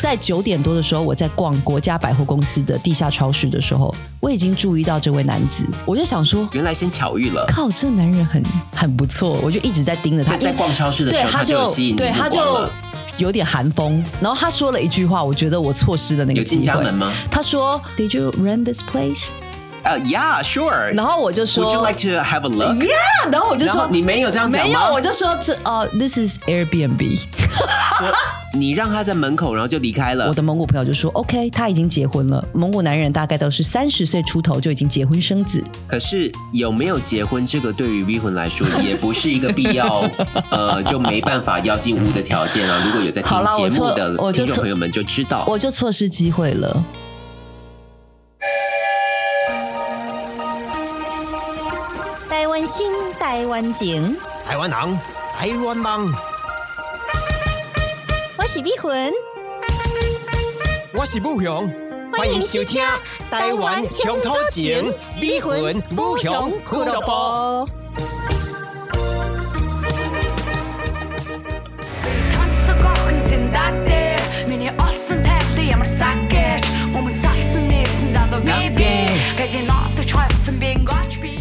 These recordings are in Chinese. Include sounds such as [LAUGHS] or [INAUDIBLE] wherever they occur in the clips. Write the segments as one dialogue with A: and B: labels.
A: 在九点多的时候，我在逛国家百货公司的地下超市的时候，我已经注意到这位男子，我就想说，
B: 原来先巧遇了。
A: 靠，这男人很很不错，我就一直在盯着他。
B: 在在逛超市的
A: 对
B: 时候，
A: 他
B: 他就有
A: 就
B: 吸引你的
A: 对
B: 目
A: 他
B: 光
A: 就
B: 了。
A: 有点寒风，然后他说了一句话，我觉得我错失了那个
B: 有进
A: 机
B: 家
A: 会
B: 门。吗？
A: 他说，Did you rent this place？
B: 呃、y e a h sure。
A: 嗯然后我就说
B: Would you like to have a look？、
A: Yeah，然后我就
B: 然
A: 说
B: 后你没有这样讲吗？
A: 没有，我就说这哦、t h i s is Airbnb。
B: 说 [LAUGHS] 你让他在门口，然后就离开了
A: 我。的蒙古朋友就说，OK，他已经结婚了。蒙古男人大概都是三十岁出头就已经结婚生子，
B: 可是有没有结婚，这个对于逼婚
A: [LAUGHS]
B: 来说也不是一个必要，呃，就没办法邀进屋的条件啊。如果有在听
A: 好啦
B: 节
A: 我
B: 目
A: 错
B: 的
A: 我就
B: 听众
A: 错
B: 朋友们就知道，
A: 我就错失机会了。
C: 台湾心，台湾情，
D: 台湾人，台湾梦，
C: 我是美魂。
D: 我是武雄，欢迎收听《台湾乡土情》，美魂武雄俱乐部。
E: Tansa korkuntin dadde Mini olsun tävli jämmer säkert Och min sassen är sin dadda baby Gajin åter tjötsen bin gotchbi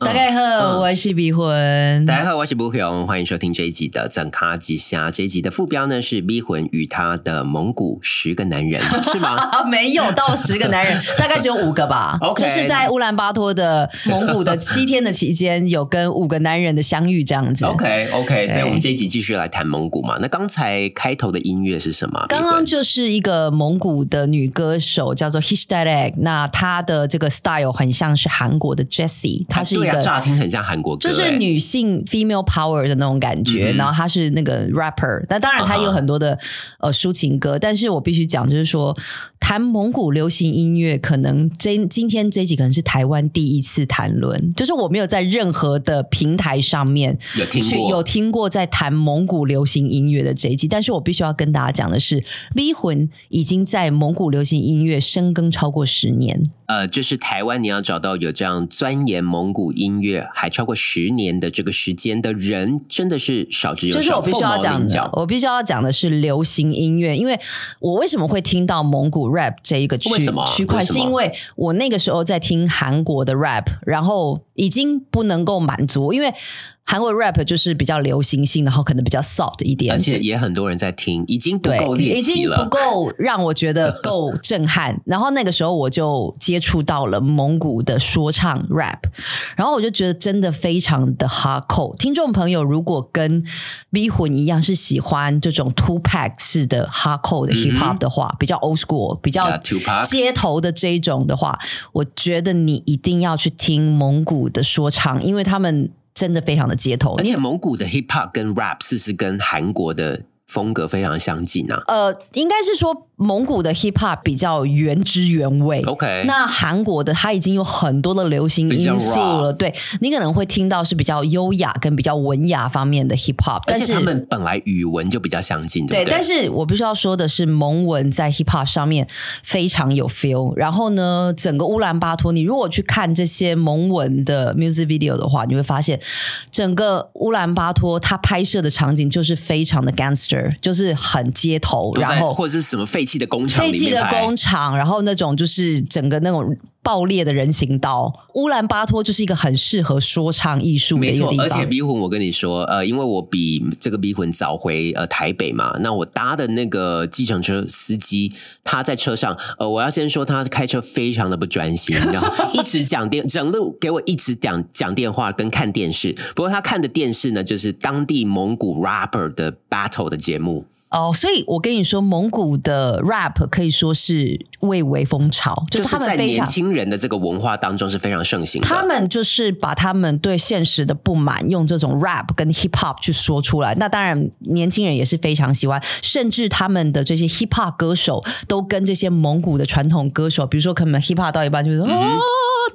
A: 大概好，
D: 嗯
A: 我是逼婚。
B: 大家好，我是不雄，欢迎收听这一集的《整咖吉虾》。这一集的副标呢是“逼魂与他的蒙古十个
D: [LAUGHS]
B: 男人”，是吗？
A: 啊，没有到十个男 [LAUGHS] 人，大概只有五个吧。
B: OK
A: 就是在乌兰巴托的蒙古的七天的期间，有跟五个男人的相遇这样子。
B: OK OK，所以
A: 对
B: 我们这一集继续来谈蒙古嘛。那刚才开头的音乐是什么？啊
A: 刚刚就是一个蒙古的女歌手，叫做 Hishtarek。那她的这个 style 很像是韩国的 Jessie，她是一
B: 对啊
A: 个
B: 乍听很像韩国歌，
A: 就是
B: 哎
A: 女性 female power 的那种感
B: 嗯
A: 觉，然后她是那个 rapper，那当然她也有很多的、
B: 啊
A: 呃抒情歌，但是我必须讲，就是说谈蒙古流行音乐，可能这今天这一集可能是台湾第一次谈论，就是我没有在任何的平台上面
B: 哎有听
A: 去
B: 过
A: 有听过在谈蒙古流行音乐的这一集，但是我必须要跟大家讲的是，V 魂已经在蒙古流行音乐深耕超过十年，
B: 呃，就是台湾你要找到有这样钻研蒙古音乐还超过十年的这个时间的人，真的是少之又少，
A: 就是我必须要
B: 凤毛
A: 讲
B: 麟
A: 的
B: 角，。
A: 我必须要讲的是流行音乐，因为我为什么会听到蒙古 rap 这一个区
B: 为什么
A: 区块，
B: 为什么
A: 是因为我那个时候在听韩国的 rap，然后已经不能够满足，因为韩国 rap 就是比较流行性，然后可能比较 soft 一点
B: 而，且也很多人在听，已经不
A: 对
B: 够，猎
A: 已
B: 奇
A: 经不
B: 了。
A: 够让我觉得够震撼。 [LAUGHS] 然后那个时候我就接触到了蒙古的说唱 rap，然后我就觉得真的非常的 hardcore。听众朋友如果跟 V 魂一样是喜欢这种 two pack 式的 hardcore
B: 嗯
A: 的 hip hop 的话，比较 old school，比较
B: Yeah, Tupac
A: 街头的这一种的话，我觉得你一定要去听蒙古的说唱，因为他们真的非常的街头，
B: 而
A: 你
B: 且蒙古的 hip hop 跟 rap 是不是跟韩国的风格非常相近啊？
A: 呃，应该是说蒙古的 hip hop 比较原汁原味。
B: OK
A: 那韩国的它已经有很多的流行
B: 比较
A: 因素
B: raw
A: 了，对你可能会听到是比较优雅跟比较文雅方面的 hip hop，
B: 而
A: 但
B: 且
A: 是
B: 他们本来语文就比较相近，
A: 对
B: 不对？
A: 但是我必须要说的是，蒙文在 hip hop 上面非常有 feel。然后呢，整个乌兰巴托，你如果去看这些蒙文的 music video 的话，你会发现整个乌兰巴托它拍摄的场景就是非常的 gangster，就是很街头，
B: 都在
A: 然后
B: 或者是什么废弃的工厂里
A: 废
B: 面拍，
A: 弃的工厂，然后那种就是整个那种爆裂的人行道，乌兰巴托就是一个很适合说唱艺术的
B: 没
A: 一个
B: 错
A: 地，
B: 而且
A: 方。
B: 逼魂，我跟你说，呃，因为我比这个逼魂早回呃台北嘛，那我搭的那个计程车司机，他在车上，呃，我要先说他开车非常的不专心，你知
A: [LAUGHS]
B: 道吗，一直讲电，整路给我一直讲讲电话跟看电视。不过他看的电视呢，就是当地蒙古 rapper 的 battle 的节目。
A: 哦，所以我跟你说，蒙古的 rap 可以说是蔚为风潮，
B: 就是
A: 他
B: 在
A: 们非
B: 年
A: 常。
B: 轻人的这个文化当中是非常盛行的。
A: 他们就是把他们对现实的不满用这种 rap 跟 hip hop 去说出来。那当然，年轻人也是非常喜欢，甚至他们的这些 hip
B: 嗯
A: hop 歌手都跟这些蒙古的传统歌手，比如说可能 hip hop 到一半就是、哦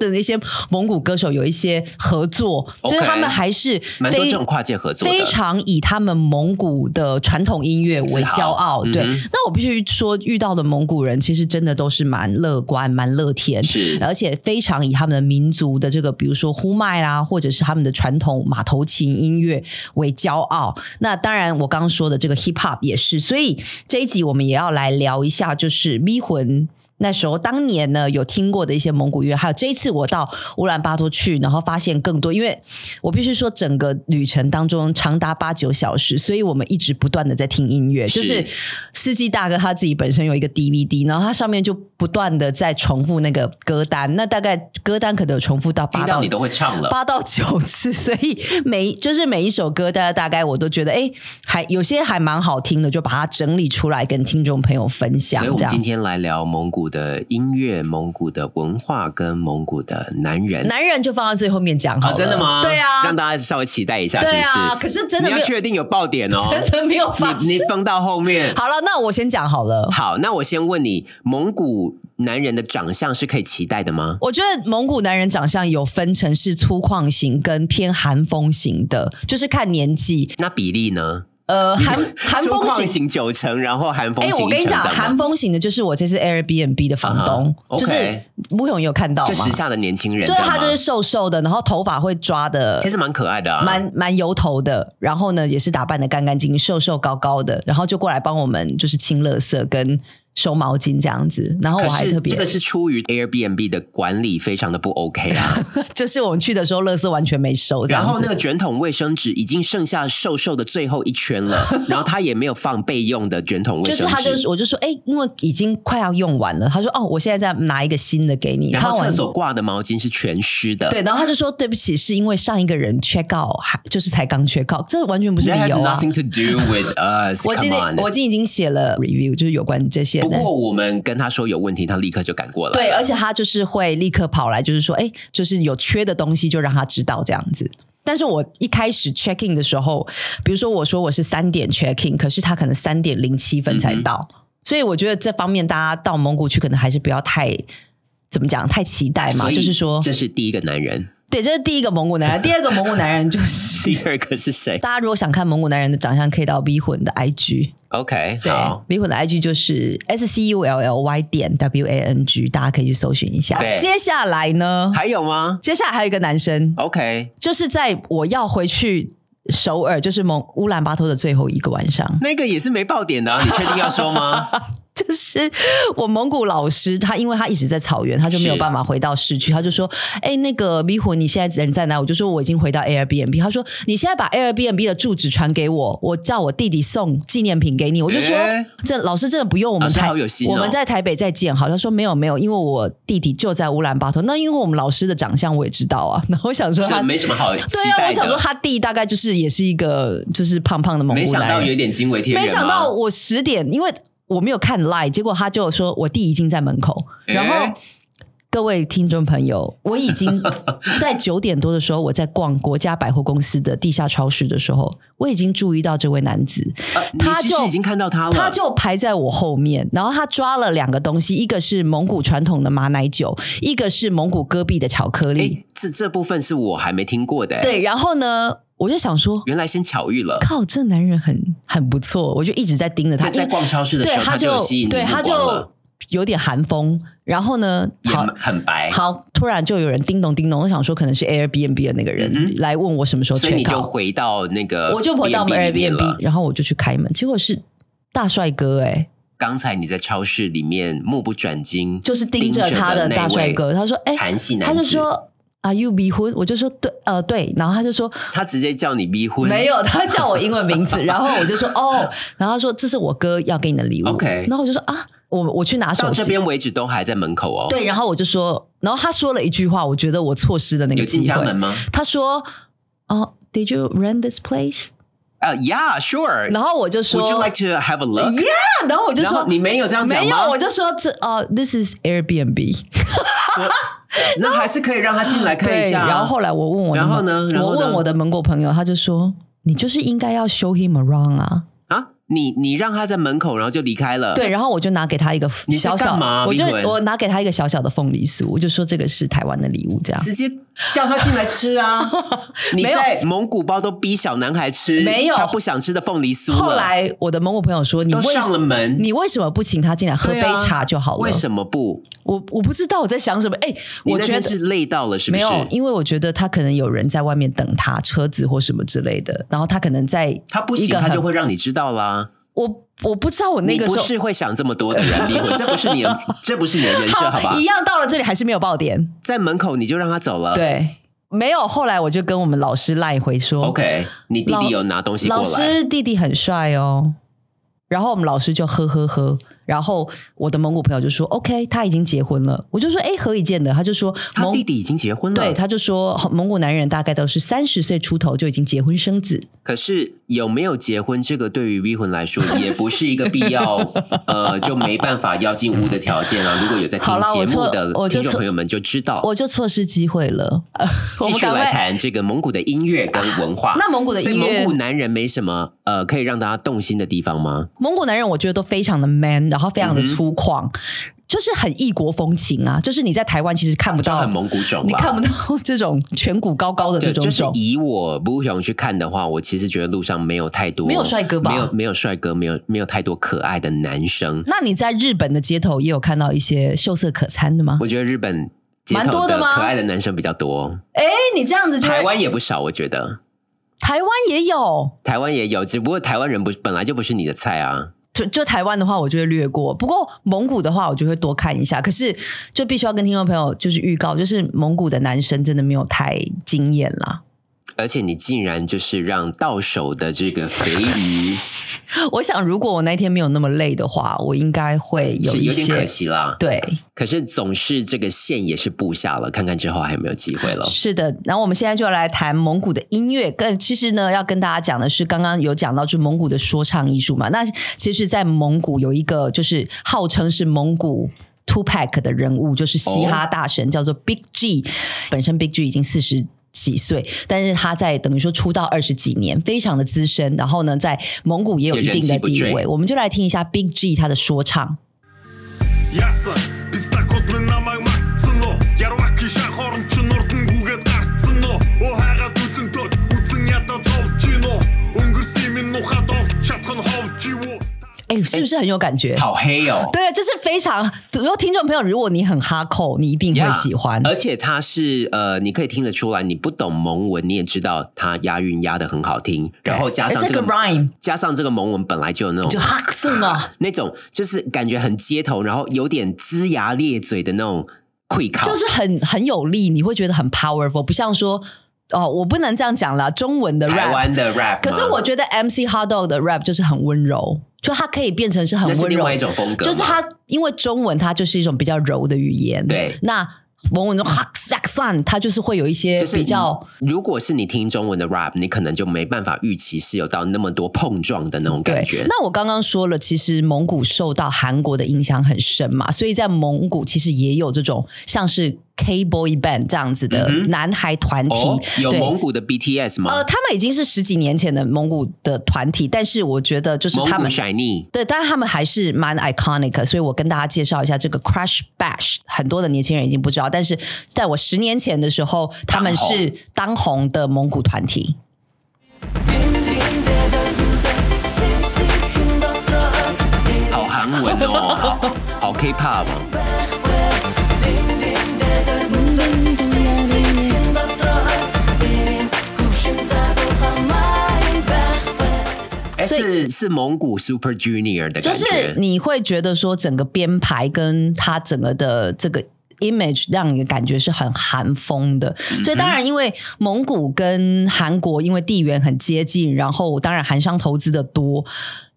A: 的那些蒙古歌手有一些合作，就是他们还是
B: 蛮多
A: 非
B: 这种跨界合作的
A: 非常以他们蒙古的传统音乐为骄傲。
B: 自豪
A: 对，
B: 嗯
A: 那我必须说，遇到的蒙古人其实真的都是蛮乐观、蛮乐天，
B: 是
A: 而且非常以他们的民族的这个，比如说呼麦啦，或者是他们的传统马头琴音乐为骄傲。那当然，我刚刚说的这个 hip hop 也是，所以这一集我们也要来聊一下，就是咪魂。那时候当年呢有听过的一些蒙古乐，还有这一次我到乌兰巴托去，然后发现更多，因为我必须说整个旅程当中长达八九小时，所以我们一直不断的在听音乐，
B: 是
A: 就是司机大哥他自己本身有一个 DVD，然后他上面就不断的在重复那个歌单，那大概歌单可能有重复到八
B: 听到
A: 到
B: 你都会唱了。
A: 八到九次， [LAUGHS] 所以每就是每一首歌，大家大概我都觉得，哎，还有些还蛮好听的，就把它整理出来跟听众朋友分享
B: 所以，我。
A: 这样
B: 们今天来聊蒙古的音乐、蒙古的文化跟蒙古的男人。
A: 男人就放到最后面讲好
B: 啊，
A: 了，
B: 真的吗？哦
A: 对啊，
B: 让大家稍微期待一下，是不
A: 对
B: 是？
A: 啊可是真的
B: 你要
A: 没有
B: 确定有爆点哦，
A: [LAUGHS] [LAUGHS] 真的没有发
B: 你
A: 现。
B: 你放到后面。
A: 好了，那我先讲好了。
B: 好，那我先问你，蒙古男人的长相是可以期待的吗？
A: 我觉得蒙古男人长相有分成是粗犷型跟偏韩风型的，就是看年纪。
B: 那比例呢？
A: 呃，
B: [LAUGHS]
A: 韩韩
B: 粗
A: 风
B: 犷
A: 型
B: 型九成，然后韩风
A: 哎、
B: 型一成。
A: 我跟你讲，
B: 这样吗
A: 韩风型的就是我这次 Airbnb 的房东
B: 啊哈
A: 就是
B: OK
A: 吴勇有看到
B: 就
A: 吗
B: 时？下的年轻人，
A: 就是
B: 这样
A: 他
B: 吗
A: 就是瘦瘦的，然后头发会抓的
B: 其，实蛮可爱的啊，
A: 蛮蛮油头的，然后呢也是打扮的干干净净，瘦瘦高高的，然后就过来帮我们就是清垃圾跟收毛巾这样子。然后我
B: 可
A: 哦还
B: 是
A: 特别，
B: 这个是出于 Airbnb 的管理非常的不 OK 啊，
A: [LAUGHS] 就是我们去的时候垃圾完全没收，这样
B: 然
A: 子
B: 后那个卷筒卫生纸已经剩下瘦瘦的最后一圈了，
A: [LAUGHS]
B: 然后他也没有放备用的卷筒卫
A: 就是
B: 生纸，
A: 他就是我就说，哎、因为已经快要用完了，他说哦，我现在再拿一个新的给你。
B: 然后
A: 看完
B: 厕所挂的毛巾是全湿的，
A: 对，然后他就说对不起，是因为上一个人缺告，还就是才刚缺告，这完全不是理
B: That has
A: 由啊。
B: nothing to do with
A: [LAUGHS]
B: us.
A: 我今天
B: Come on.
A: 我今天已经写了 review，就是有关这些
B: 不
A: 的。
B: 过呃我们跟他说有问题，他立刻就赶过来了。
A: 对，而且他就是会立刻跑来，就是说，哎，就是有缺的东西就让他知道这样子。但是我一开始 check in 的时候，比如说我说我是三点 check in，可是他可能三点零七分才到，
B: 嗯
A: 所以我觉得这方面大家到蒙古去可能还是不要太怎么讲太期待嘛，
B: 所以
A: 就是说，
B: 这是第一个男
A: [LAUGHS]
B: 人，
A: 对，这是第一个蒙古男人，第二个蒙古男人就是。
B: 第二个是谁
A: 大家如果想看蒙古男人的长相，可以到 V 魂的 IG，
B: ？OK，
A: 对
B: 好。
A: ，V 魂的 IG 就是 S C U L L Y 点 W A N G，大家可以去搜寻一下
B: 对。
A: 接下来呢？
B: 还有吗
A: 接下来还有一个男生，
B: ？OK，
A: 就是在我要回去首尔，就是蒙乌兰巴托的最后一个晚上，
B: 那个也是没爆点的、啊，你确定要说吗？
A: 就是我蒙古老师，他因为他一直在草原，他就没有
B: 是
A: 办法回到市区，他就说：“哎、那个迷魂，你现在人在哪？”我就说：“我已经回到 Airbnb。”他说：“你现在把 Airbnb 的住址传给我，我叫我弟弟送纪念品给你。”我就说：“
B: 诶
A: 这老师真的不用我们
B: 老师
A: 台，
B: 好有心哦
A: 我们在台北再见好。”他说：“没有没有，因为我弟弟就在乌兰巴托。那因为我们老师的长相我也知道啊。”然后我想说他
B: 这没什么好期
A: [LAUGHS] 对
B: 待的。
A: 啊，我想说他弟大概就是也是一个就是胖胖的蒙
B: 没
A: 古
B: 想
A: 男
B: 到有
A: 人，
B: 点惊为天人、
A: 没
B: 啊。
A: 想到我十点，因为我没有看 live，结果他就说我弟已经在门口，
B: 诶
A: 然后。各位听众朋友，我已
B: [LAUGHS]
A: 经在九点多的时候，我在逛国家百货公司的地下超市的时候，我已经注意到这位男子，
B: 呃你
A: 他
B: 其实
A: 就
B: 已经看到他了，
A: 他就排在我后面，然后他抓了两个东西，一个是蒙古传统的马奶酒，一个是蒙古戈壁的巧克力。
B: 哎，这这部分是我还没听过的、诶，
A: 嗯对，然后呢，我就想说，
B: 原来先巧遇了。
A: 靠，这男人很很不错，我就一直在盯着他。
B: 在在逛超市的
A: 对
B: 时候，
A: 他
B: 就有吸引你
A: 对
B: 的
A: 他
B: 目光了
A: 就，有点寒风，然后呢，
B: 也
A: 好
B: 蛮哎很白，
A: 好，突然就有人叮咚叮咚，我想说可能是 Airbnb 的那个人、来问我什么时候
B: 嗯所以
A: 缺
B: 你就
A: 稿，
B: 回到那个 B&B 里面了，
A: 我就回到我们 Airbnb，然后我就去开门，结果是大帅哥哎、
B: 刚才你在超市里面目不转睛，
A: 就是盯着他的大帅哥，
B: 盯着那位
A: 他说哎，
B: 韩系男
A: 他
B: 子，
A: 就说 Are you 离婚？我就说对，呃对，然后他就说
B: 他直接叫你逼婚，
A: 没有，他叫我英文名
B: [LAUGHS]
A: 字，然后我就说哦，然后他说这是我哥要给你的礼物
B: OK
A: 然后我就说啊，我我去拿手
B: 到这
A: 机，
B: 边为止都还在门口哦。，
A: 对，然后我就说，然后他说了一句话，我觉得我错失了那
B: 有
A: 个
B: 进
A: 机
B: 家门
A: 会，
B: 吗？
A: 他说哦，Did you rent this place？
B: 啊、y e a h sure。
A: 然后我就说
B: Would you like to have a look？、
A: Yeah，然后我就
B: 然
A: 说
B: 后你没有这样讲吗
A: 没有，我就说这哦，This is
B: [LAUGHS]
A: Airbnb。
B: 那还是可以让他进来
A: [LAUGHS]
B: 看
A: 对，
B: 一下啊、
A: 然后后来我问我的
B: 然后呢
A: 蒙
B: 然后
A: 我
B: 呢
A: 问我的蒙古朋友，他就说你就是应该要 show him around 啊。
B: 啊，你你让他在门口，然后就离开了。
A: 对，，然后我就拿给他一个
B: 呃你在
A: 小小
B: 干嘛，
A: 我就
B: 冰文
A: 我拿给他一个小小的凤梨酥，我就说这个是台湾的礼物，这样。
B: 直接叫他进来吃
A: [LAUGHS]
B: 啊！你在蒙古包都逼小男孩吃，
A: 没有
B: 他不想吃的凤梨酥了。
A: 后来我的蒙古朋友说，你
B: 啊都
A: 为
B: 上了门
A: 你为什么不请他进来喝
B: 对
A: 杯
B: 啊
A: 茶就好了？
B: 为什么不？
A: 我我不知道我在想什么。哎，
B: 你
A: 我
B: 那
A: 觉
B: 天
A: 得
B: 是累到了，是不
A: 没
B: 是？
A: 有，因为我觉得他可能有人在外面等他车子或什么之类的，然后他可能在
B: 他不
A: 一
B: 行，
A: 个
B: 他
A: 很
B: 就会让你知道啦。
A: 我我不知道我那个
B: 你
A: 时
B: 不
A: 候
B: 是会想这么多的
A: [LAUGHS]
B: 人，离婚，这不是你的，这不是你的人设，好吧
A: 一？样到了这里还是没有爆点，
B: 在门口你就让他走了。
A: 对，没有。后来我就跟我们老师赖回说
B: ，OK，你弟弟
A: 老
B: 有拿东西过
A: 老
B: 来，
A: 师弟弟很帅哦。然后我们老师就呵呵呵，然后我的蒙古朋友就说 OK，他已经结婚了。我就说哎，何以见得？他就说
B: 他
A: 蒙
B: 弟弟已经结婚了。
A: 对，他就说蒙古男人大概都是三十岁出头就已经结婚生子。
B: 可是有没有结婚，这个对于逼婚
A: [LAUGHS]
B: 来说也不是一个必要，呃，就没办法邀进屋的条件啊。如果有在听
A: 好啦
B: 节
A: 我
B: 目
A: 错
B: 的
A: 我就
B: 听众
A: 错
B: 朋友们就知道，
A: 我就错失机会了。呃我
B: 继
A: 们
B: 续
A: 赶
B: 来
A: 快。啊
B: 谈这个蒙古的音乐跟文化。
A: 那蒙古的
B: 所以
A: 音乐
B: 蒙古男人没什么呃可以让大家动心的地方吗？
A: 蒙古男人我觉得都非常的 man，然后非
B: 嗯
A: 常的粗犷，就是很异国风情啊。就是你在台湾其实看不
B: 就
A: 到
B: 很蒙古
A: 哦
B: 种吧，
A: 你看不到 [LAUGHS] 这种颧骨高高的这
B: 对，
A: 种
B: 就是
A: 种。
B: 以我不想去看的话，我其实觉得路上没有太多
A: 没有帅哥吧嗯
B: 没有没有帅哥，没有没有太多可爱的男生。
A: 那你在日本的街头也有看到一些秀色可餐的吗？
B: 我觉得日本街
A: 蛮
B: 头
A: 多的吗
B: 可爱的男生比较多，
A: 哎，你这样子就会
B: 台湾也不少，我觉得
A: 台湾也有，
B: 台湾也有，只不过台湾人不本来就不是你的菜啊。
A: 就就台湾的话我就会略过，不过蒙古的话我就会多看一下。可是就必须要跟听众朋友就是预告，就是蒙古的男生真的没有太惊艳啦。
B: 而且你竟然就是让到手的这个肥
A: [LAUGHS]
B: 鱼
A: 我想如果我那天没有那么累的话，我应该会有
B: 是
A: 一
B: 有点可
A: 些。
B: 惜啦。
A: 对，
B: 可是总是这个线也是布下了，看看之后还有没有机会了。
A: 是的。然后我们现在就来谈蒙古的音乐。跟其实呢，要跟大家讲的是，刚刚有讲到就是蒙古的说唱艺术嘛。那其实，在蒙古有一个就是号称是蒙古 Two Pack 的人物，就是嘻哈大
B: 哦
A: 神，叫做 Big G。本身 Big G 已经四十。几岁，但是他在等于说出道二十几年，非常的资深。然后呢，在蒙古也有一定的地
B: 也人气不
A: 位。
B: 坠
A: 我们就来听一下 Big G 他的说唱。
F: Ясан, бізді код мыңнамай мартсыно Яруақ киша хорымчы нұртын көгет қартсыно Оғаға түсін төт, үтсін ята зовчино Үңгірстеймін нұхадов, чатқын ховчиво
A: 哎，是不是很有感觉？
B: 好黑哦！
A: 对，啊就是非常。如果听众朋友，如果你很哈扣，你一定会
B: Yeah，
A: 喜欢。
B: 而且它是呃，你可以听得出来，你不懂蒙文，你也知道它押韵押的很好听，然后加上
A: 哎
B: 这个
A: 这个 rhyme
B: 加上这个蒙文本来就有那
A: 就
B: 种
A: 哈克啊，
B: 那种，就是感觉很街头，然后有点龇牙咧嘴的那种溃靠，
A: 就是很很有力，你会觉得很 powerful，不像说哦，我不能这样讲啦，中文的
B: 台
A: rap。
B: 湾的 rap 吗。
A: 可是我觉得 MC Hot Dog 的 rap 就是很温柔，就它可以变成是很
B: 那是
A: 温
B: 另
A: 柔
B: 外一种风格嘛，
A: 就是它因为中文它就是一种比较柔的语言，
B: 对
A: 那蒙文的哈克散，它就是会有一些
B: 就是嗯
A: 比较。
B: 你如果是你听中文的 rap，你可能就没办法预期是有到那么多碰撞的那种
A: 对
B: 感，觉。
A: 那我刚刚说了，其实蒙古受到韩国的影响很深嘛，所以在蒙古其实也有这种像是 K boy band 这样子的男孩团体，
B: 嗯哦，有
A: 对
B: 蒙古的 BTS 吗？
A: 呃，他们已经是十几年前的蒙古的团体，但是我觉得就是
B: 蒙
A: 他
B: 古
A: 们
B: Shiny
A: 对，但是他们还是蛮 iconic，的所以我跟大家介绍一下这个 Crash Bash，很多的年轻人已经不知道，但是在我十年前的时候，他们
B: 当红
A: 是当红的蒙古团体。
B: 好韩文
A: [LAUGHS]
B: 哦，好好 K-pop 哦。哎，
A: 所以
B: 是是蒙古 Super Junior 的
A: 就
B: 感觉，
A: 是你会觉得说整个编排跟他整个的这个 image 让你的感觉是很韩风的，
B: 嗯
A: 所以当然因为蒙古跟韩国因为地缘很接近，然后当然韩商投资的多。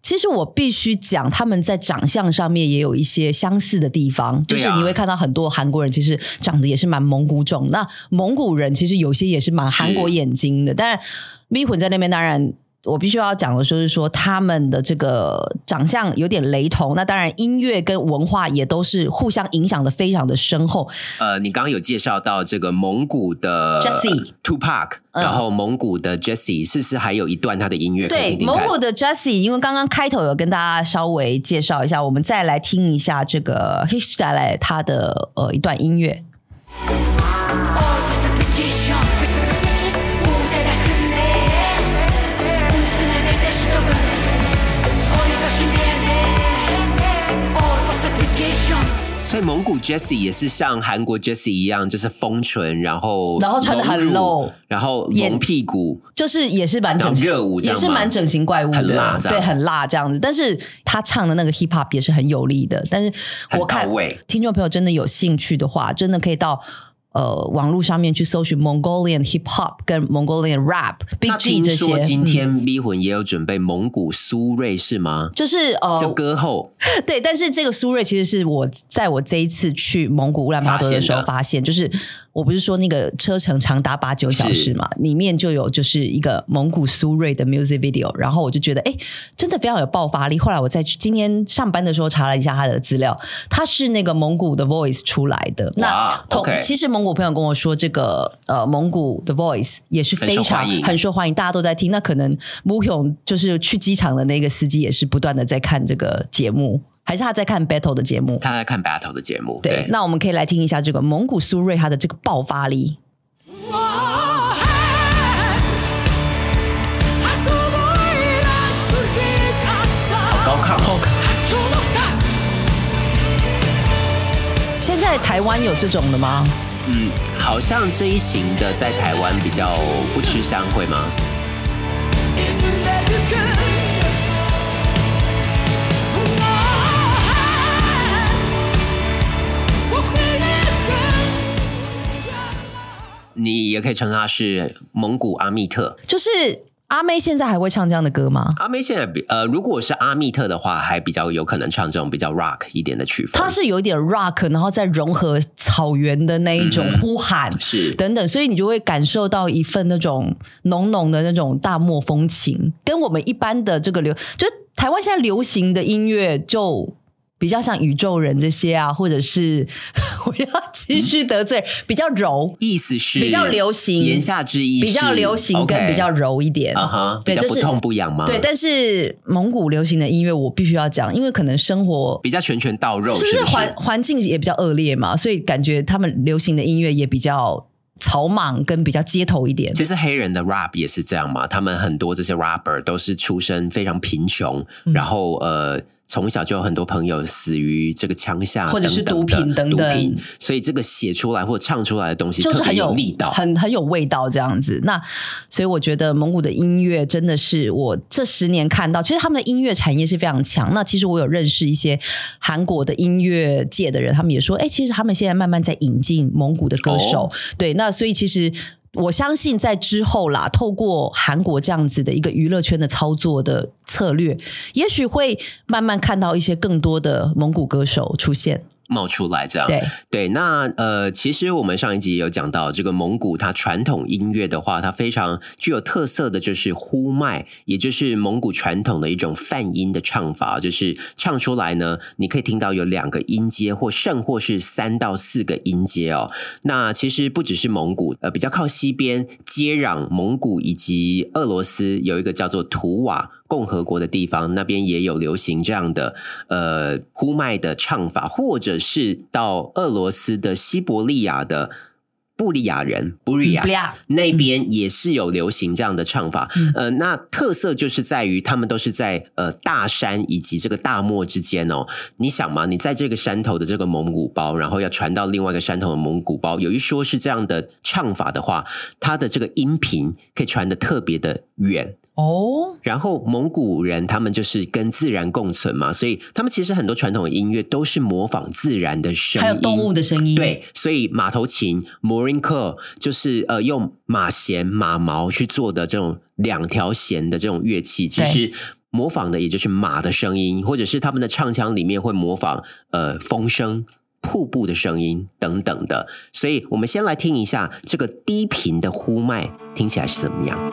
A: 其实我必须讲，他们在长相上面也有一些相似的地方，就
B: 对啊
A: 是你会看到很多韩国人其实长得也是蛮蒙古种，那蒙古人其实有些也是蛮韩国眼睛的，但是咪混在那边当然我必须要讲的就是说，他们的这个长相有点雷同，那当然音乐跟文化也都是互相影响的非常的深厚。
B: 呃，你刚刚有介绍到这个蒙古的呃
A: Jesse
B: Tupac，、
A: 嗯
B: 然后蒙古的 Jesse，是不是还有一段他的音乐可以
A: 对
B: 听，听
A: 蒙
B: 看？
A: 古的 Jesse，因为刚刚开头有跟大家稍微介绍一下，我们再来听一下这个 h i s h d a l e 他的呃一段音乐。
B: 所以蒙古 Jesse 也是像韩国 Jesse 一样，就是丰唇，然后
A: 然后穿得很
B: 隆乳
A: low
B: 然后
A: 眼
B: 隆屁股，
A: 就是也是蛮整
B: 然后热舞这
A: 也
B: 样吗
A: 是蛮整形怪物的，
B: 很辣这样
A: 对，很辣这样子。但是他唱的那个 hip hop 也是很有力的，但是我
B: 很
A: 看
B: 到位
A: 听众朋友真的有兴趣的话，真的可以到。呃，网络上面去搜寻 Mongolian hip hop 跟 Mongolian rap、Big
B: 那
A: G
B: 听
A: 这
B: 说
A: 些，
B: 今
A: 嗯
B: 天逼魂也有准备蒙古苏芮是吗？
A: 就是呃，
B: 这歌后
A: [LAUGHS] 对，但是这个苏芮其实是我在我这一次去蒙古乌兰巴托的时候发现，就是我不是说那个车程长达八九小时嘛，里面就有就是一个蒙古苏芮的 music video，然后我就觉得哎，真的非常有爆发力。后来我再去今天上班的时候查了一下他的资料，他是那个蒙古的 Voice 出来的。那
B: 哇
A: 同
B: OK
A: 其实蒙古朋友跟我说，这个呃蒙古的 Voice 也是非
B: 很受
A: 常
B: 欢迎
A: 很受欢迎，大家都在听。那可能 m u k y o n 就是去机场的那个司机也是不断的在看这个节目，还是他在看 Battle 的节目？
B: 他在看 battle 的节目，
A: 对，那我们可以来听一下这个蒙古苏芮他的这个爆发力。
B: 好高亢哦。
A: 现在台湾有这种的吗？
B: 嗯，好像这一型的在台湾比较不吃香，会吗？你也可以称他是蒙古阿密特。
A: 就是阿妹现在还会唱这样的歌吗？
B: 阿妹现在比呃，如果是阿密特的话，还比较有可能唱这种比较 rock 一点的曲风。
A: 它是有一点 rock，然后再融合草原的那一种呼喊、
B: 是
A: 等等，所以你就会感受到一份那种浓浓的那种大漠风情，跟我们一般的这个流，就是台湾现在流行的音乐就。比较像宇宙人这些啊，或者是我要继续得罪，比较柔，
B: 意思是
A: 比较流行
B: 言下之嗯意是
A: [LAUGHS] 比较流行
B: OK
A: 跟比较柔一点
B: 啊哈，
A: 对，
B: 比
A: 这
B: 较不
A: 是
B: 痛不啊痒吗？
A: 对，但是蒙古流行的音乐我必须要讲，因为可能生活
B: 比较拳拳到肉，
A: 是
B: 是
A: 不是环环境也比较恶劣嘛？所以感觉他们流行的音乐也比较草莽跟比较街头一点。
B: 其实黑人的 rap 也是这样嘛，他们很多这些 rapper 都是出身非常贫穷，
A: 嗯
B: 然后呃，从小就有很多朋友死于这个枪下，
A: 或者是
B: 等
A: 毒品
B: 等
A: 等等
B: 的毒品，所以这个写出来或唱出来的东西
A: 就是
B: 特别
A: 很
B: 有
A: 有
B: 力道，
A: 很很有味道这样子。那所以我觉得蒙古的音乐真的是我这十年看到，其实他们的音乐产业是非常强。那其实我有认识一些韩国的音乐界的人，他们也说，哎、其实他们现在慢慢在引进蒙古的歌手。
B: 哦
A: 对，那所以其实。我相信在之后啦，透过韩国这样子的一个娱乐圈的操作的策略，也许会慢慢看到一些更多的蒙古歌手出现。
B: 冒出来这样。
A: 对，
B: 对，那呃，其实我们上一集有讲到，这个蒙古它传统音乐的话，它非常具有特色的就是呼麦，也就是蒙古传统的一种泛音的唱法，就是唱出来呢，你可以听到有两个音阶，或甚或是三到四个音阶哦。那其实不只是蒙古，呃，比较靠西边接壤蒙古以及俄罗斯有一个叫做图瓦。共和国的地方那边也有流行这样的呃呼麦的唱法，或者是到俄罗斯的西伯利亚的布利亚人布利亚
A: 嗯布利亚
B: 那
A: 嗯
B: 边也是有流行这样的唱法。呃，那特色就是在于他们都是在呃大山以及这个大漠之间哦。你想嘛，你在这个山头的这个蒙古包，然后要传到另外一个山头的蒙古包，有一说是这样的唱法的话，它的这个音频可以传的特别的远。
A: 哦，
B: 然后蒙古人他们就是跟自然共存嘛，所以他们其实很多传统音乐都是模仿自然的声音，
A: 还有动物的声音，
B: 对，所以马头琴 m o r i n c o 就是呃用马弦、马毛去做的这种两条弦的这种乐器，其
A: 对
B: 实模仿的也就是马的声音，或者是他们的唱腔里面会模仿呃风声。瀑布的声音等等的，所以我们先来听一下这个低频的呼麦听起来是怎么样。
E: 「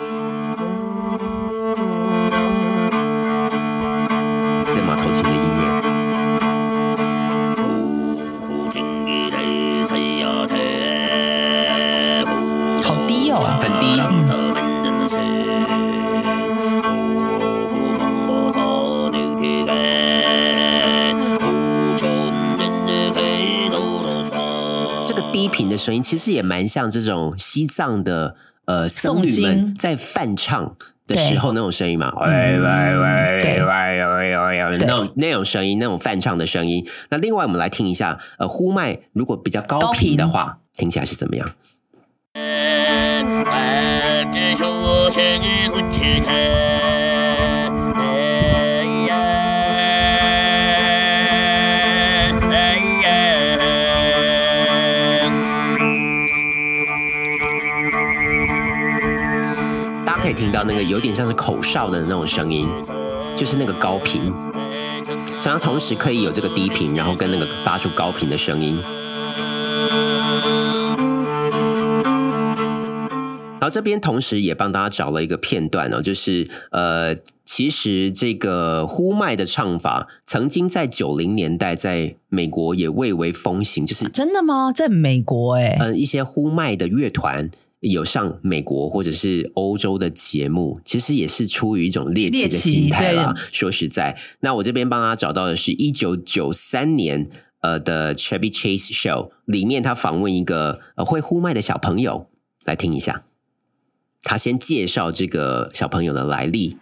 A: 哦
B: 低频的声音，其实也蛮像这种西藏的呃僧
A: 诵
B: 侣
A: 经
B: 们在梵唱的时候那种声音嘛，喂喂喂喂喂喂喂，
A: 嗯对
B: 那种那种声音，那种梵唱的声音。那另外我们来听一下，呃，呼麦如果比较高
A: 高
B: 频
A: 频
B: 的话，听起来是怎么样？大家可以听到那个有点像是口哨的那种声音，就是那个高频，所以它同时可以有这个低频，然后跟那个发出高频的声音。然后这边同时也帮大家找了一个片段哦，就是呃，其实这个呼麦的唱法曾经在九零年代在美国也蔚为风行，就是
A: 真的吗？在美国哎、
B: 嗯，一些呼麦的乐团有上美国或者是欧洲的节目，其实也是出于一种猎奇
A: 猎
B: 的
A: 奇
B: 心态啦。 [LAUGHS] 说实在，那我这边帮他找到的是一九九三年呃的 Chevy Chase Show 里面，他访问一个呃会呼麦的小朋友，来听一下。他先介绍这个小朋友的来历。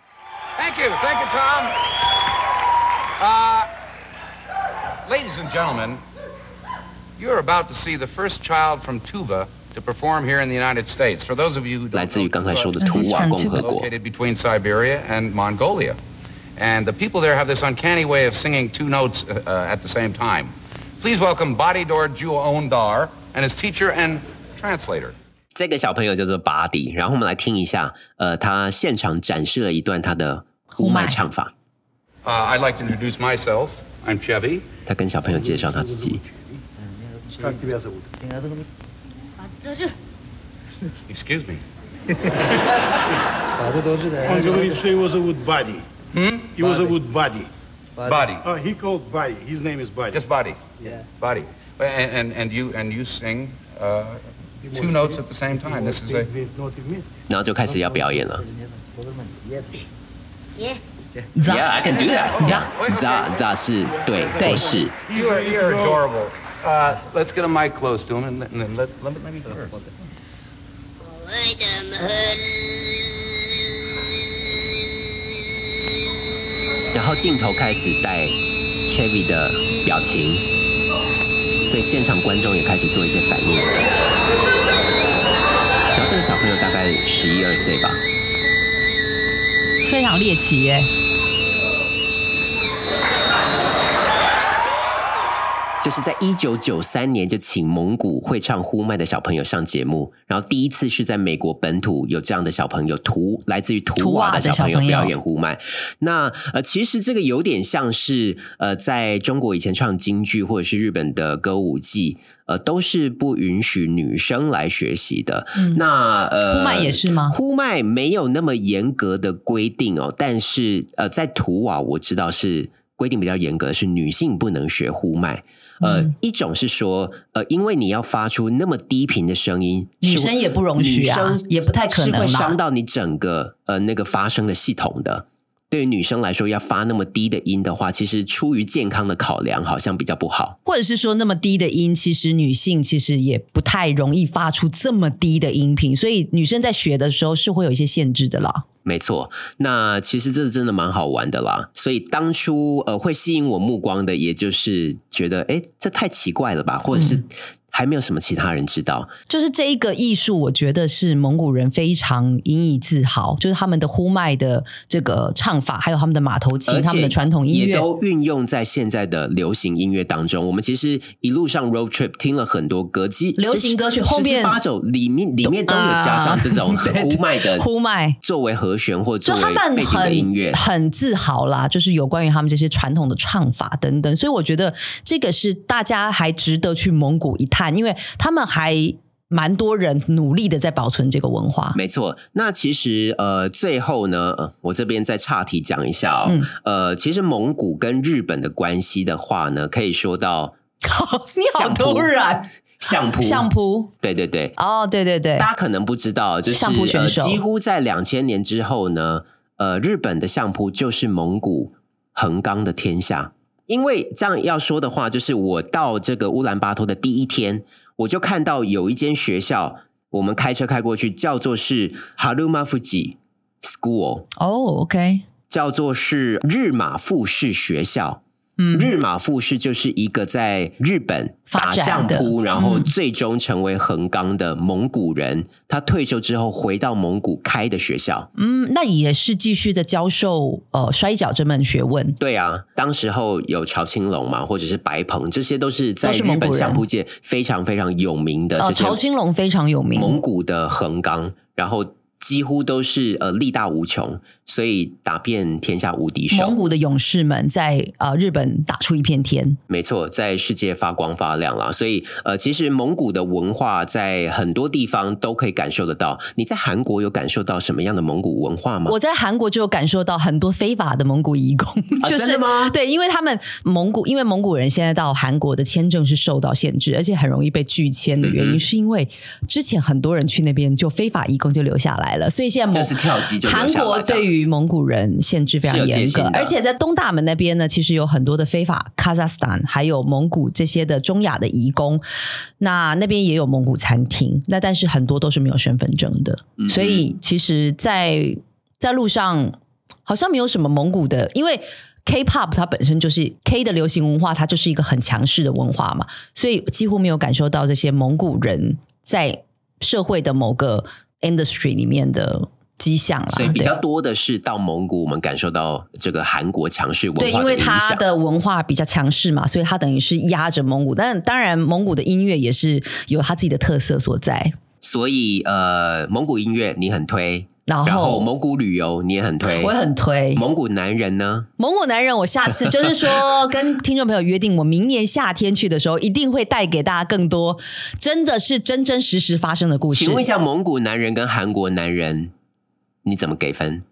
G: Thank you. Thank you, Tom. Uh, ladies and gentlemen, you're about to see the first child from Tuva to perform here in the United States. For those of you who
B: 来
G: don't
B: 自于
G: know,
B: 刚才说的
G: Tuva
B: 图
A: He's
B: 瓦
A: from
B: 共和
G: is
B: 国，
G: located between Siberia and Mongolia. And the people there have this uncanny way of singing two notes uh, uh, at the same time. Please welcome Bodidor Juondar and his teacher and translator.
B: 这个小朋友叫做巴迪，然后我们来听一下，呃，他现场展示了一段他的呼麦
A: 呼麦
B: 唱法。
G: Uh, I'd like to introduce myself. I'm Chevy.
B: 他跟小朋友介绍他自己，
G: Excuse me.
H: Его зовут Бади. Его зовут Бади.
G: Body.
H: Uh, he called Buddy. His name is Buddy.
G: Just body. Yeah. Body. And, and, and you and you sing uh, two notes at the same time. This is a.
H: This
B: 然后就开始要表演了。
A: 你知道
B: Yeah, I can do that.
A: Yeah.
B: za za 是对，
A: 对
B: 我是
G: You are you're adorable. Uh, let's get a mic close to him and, let- and then let let me let me hear.
I: Wait
B: 然后镜头开始带 Chevy 的表情，所以现场观众也开始做一些反应。然后这个小朋友大概十一二岁吧，
A: 非常猎奇耶、
B: 就是在一九九三年就请蒙古会唱呼麦的小朋友上节目，然后第一次是在美国本土有这样的小朋友图来自于图瓦的小朋
A: 图瓦的小
B: 友
A: 朋友
B: 表演呼麦。那呃，其实这个有点像是呃，在中国以前唱京剧或者是日本的歌舞伎。呃，都是不允许女生来学习的。那呃，
A: 嗯呼麦也是吗
B: 呼麦没有那么严格的规定哦，但是呃，在图瓦我知道是规定比较严格，是女性不能学呼麦。呃，
A: 嗯
B: 一种是说，呃，因为你要发出那么低频的声音，
A: 女
B: 是会
A: 生也不容许啊
B: 女生
A: 也不太可能啦
B: 是会伤到你整个呃那个发声的系统的。对于女生来说，要发那么低的音的话，其实出于健康的考量，好像比较不好。
A: 或者是说那么低的音，其实女性其实也不太容易发出这么低的音频，所以女生在学的时候是会有一些限制的啦。
B: 没错，那其实这真的蛮好玩的啦。所以当初呃会吸引我目光的，也就是觉得哎，诶这太奇怪了吧，或者
A: 嗯
B: 是还没有什么其他人知道。
A: 就是这一个艺术，我觉得是蒙古人非常引以自豪，就是他们的呼麦的这个唱法，还有他们的马头琴
B: 而，且
A: 他们的传统音
B: 也
A: 乐。
B: 都运用在现在的流行音乐当中。我们其实一路上 road trip 听了很多歌，其实
A: 流行歌曲后面
B: 八首里面里面都有加上这种
A: 啊对 [LAUGHS] 对
B: 呼麦的
A: 呼麦
B: 作为和弦或
A: 就
B: 作
A: 他
B: 为
A: 们
B: 背景的音乐
A: 很。很自豪啦，就是有关于他们这些传统的唱法等等，所以我觉得这个是大家还值得去蒙古一探，因为他们还蛮多人努力的在保存这个文化。
B: 没错，那其实呃，最后呢，呃、我这边再岔题讲一下哦，
A: 嗯
B: 呃，其实蒙古跟日本的关系的话呢，可以说到
A: [LAUGHS] 你好
B: 相扑
A: 突然，
B: 相扑，
A: 相，扑
B: 对对对，
A: 哦，对对对，
B: 大家可能不知道，就是
A: 相扑选手
B: 呃、几乎在两千年之后呢，呃，日本的相扑就是蒙古横纲的天下。因为这样要说的话，就是我到这个乌兰巴托的第一天，我就看到有一间学校，我们开车开过去，叫做是 Haruma Fuji School，
A: 哦，OK，
B: 叫做是日马富士学校。嗯，日马富士就是一个在日本
A: 发
B: 打
A: 展
B: 相
A: 的
B: 扑，然后最终成为横纲的蒙古人。他退休之后回到蒙古开的学校。
A: 嗯，那也是继续的教授呃摔跤这门学问。
B: 对啊，当时候有曹青龙嘛，或者是白鹏，这些都是在
A: 都是
B: 日
A: 蒙古
B: 本
A: 人
B: 相扑界非常非常有名的
A: 哦，
B: 这些
A: 曹兴龙非常有名，
B: 蒙古的横纲，然后几乎都是呃力大无穷，所以打遍天下无敌手。
A: 蒙古的勇士们在呃日本打出一片天。
B: 没错，在世界发光发亮啦。所以呃，其实蒙古的文化在很多地方都可以感受得到。你在韩国有感受到什么样的蒙古文化吗？
A: 我在韩国就有感受到很多非法的蒙古移工，
B: 啊
A: 就是、
B: 真的吗
A: 对，因为他们蒙古，因为蒙古人现在到韩国的签证是受到限制，而且很容易被拒签的
B: 嗯
A: 原因，是因为之前很多人去那边就非法移工就留下来了，所以现在
B: 就
A: 蒙
B: 是跳级就留下
A: 韩
B: 来
A: 国
B: 这样
A: 对于蒙古人限制非常
B: 是有戒
A: 严格
B: 心的，
A: 而且在东大门那边呢，其实有很多的非法 Kazakhstan 还有蒙古这些的中亚的移工，那那边也有蒙古餐厅，那但是很多都是没有身份证的，
B: 嗯
A: 所以其实在，在路上好像没有什么蒙古的，因为 K-pop 它本身就是 K 的流行文化，它就是一个很强势的文化嘛，所以几乎没有感受到这些蒙古人在社会的某个 industry 里面的迹象啦。
B: 所以比
A: 啊对
B: 较多的是到蒙古，我们感受到这个韩国强势文化
A: 对，
B: 的影响。
A: 因为它的文化比较强势嘛，所以它等于是压着蒙古。但当然，蒙古的音乐也是有它自己的特色所在。
B: 所以呃，蒙古音乐你很推，
A: 然后
B: 蒙古旅游你也很推，
A: 我也很推
B: 蒙古男人呢，
A: 蒙古男人，我下次就是说跟听众朋友约定，我明年夏天去的时候，一定会带给大家更多真的是真真实实发生的故事。
B: 请问一下，蒙古男人跟韩国男人你怎么给分？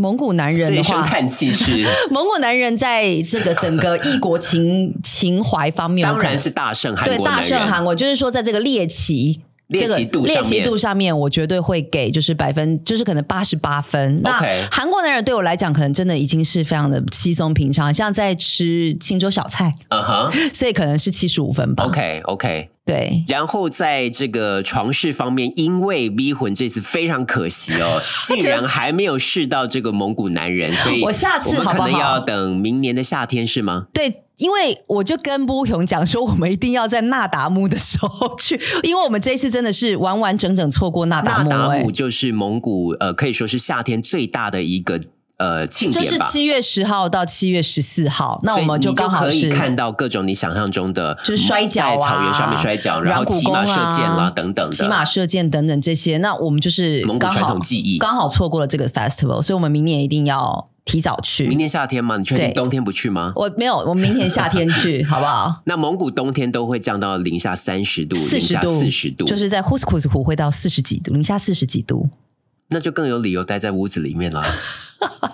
A: 蒙古男人
B: 这
A: 的
B: 一声
A: 话，
B: 叹
A: [LAUGHS]
B: 气是
A: 蒙古男人在这个整个异国情 [COUGHS] 情怀方面，我
B: 当
A: 可能
B: 然是大胜韩
A: 对
B: 国
A: 大
B: 男
A: 胜韩
B: 人，
A: 国，就是说在这个猎奇。
B: 猎奇度
A: 这个猎
B: 上面
A: 奇度上面，我绝对会给就是百分，就是可能八十八分。那
B: OK
A: 韩国男人对我来讲，可能真的已经是非常的稀松平常，像在吃青州小菜， [LAUGHS]
B: 嗯哼
A: 所以可能是七十五分吧。
B: ，OK OK。
A: 对，
B: 然后在这个床事方面，因为逼魂这次非常可惜
A: [LAUGHS]
B: 哦，竟然还没有试到这个蒙古男人，所以
A: 我下次
B: 我们可
A: 好
B: 能
A: 不好
B: 要等明年的夏天是吗？
A: 对，因为我就跟布雄讲说，我们一定要在纳达慕的时候去， [LAUGHS] 因为我们这一次真的是完完整整错过纳达
B: 纳
A: 慕、
B: 达
A: 哎
B: 姆就是蒙古呃，可以说是夏天最大的一个呃庆
A: 就是
B: 典吧。
A: 七月十号到七月十四号，那
B: 所
A: 我
B: 以
A: 们
B: 你就
A: 刚好
B: 可以
A: 是
B: 看到各种你想象中的，
A: 就是摔跤啊
B: 在草原上面摔跤，然后
A: 软骨
B: 骑马射
A: 功啊
B: 箭啦、等等的。
A: 骑马射箭等等这些，那我们就是
B: 蒙古
A: 刚好
B: 传统技艺
A: 刚好错过了这个 festival，所以我们明年一定要提早去。
B: 明年夏天吗？你确定
A: 对
B: 冬天不去吗？
A: 我没有，我明年夏天
B: [LAUGHS]
A: 去，好不好？
B: 那蒙古冬天都会降到零下三十度、
A: 四
B: 零
A: 十
B: 下
A: 度，
B: 四十度，
A: 就是在 Huskus 湖会到四十几度，零下四十几度， [LAUGHS]
B: 那就更有理由待在屋子里面了。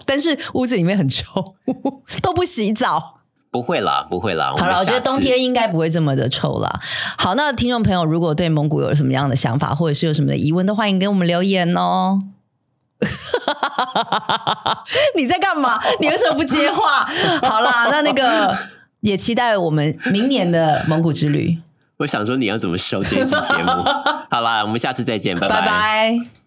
A: 但是屋子里面很臭， [LAUGHS] 都不洗澡。
B: 不会啦，不会啦。
A: 好了，
B: 们
A: 我觉得
B: 下次
A: 冬天应该不会这么的臭啦。好，那听众朋友如果对蒙古有什么样的想法，或者是有什么的疑问，都欢迎给我们留言哦。 [LAUGHS] 你在干嘛？你为什么不接话？好啦，那那个也期待我们明年的蒙古之旅。 [LAUGHS]
B: 我想说你要怎么收这一期节目？好啦，我们下次再见，
A: 拜拜。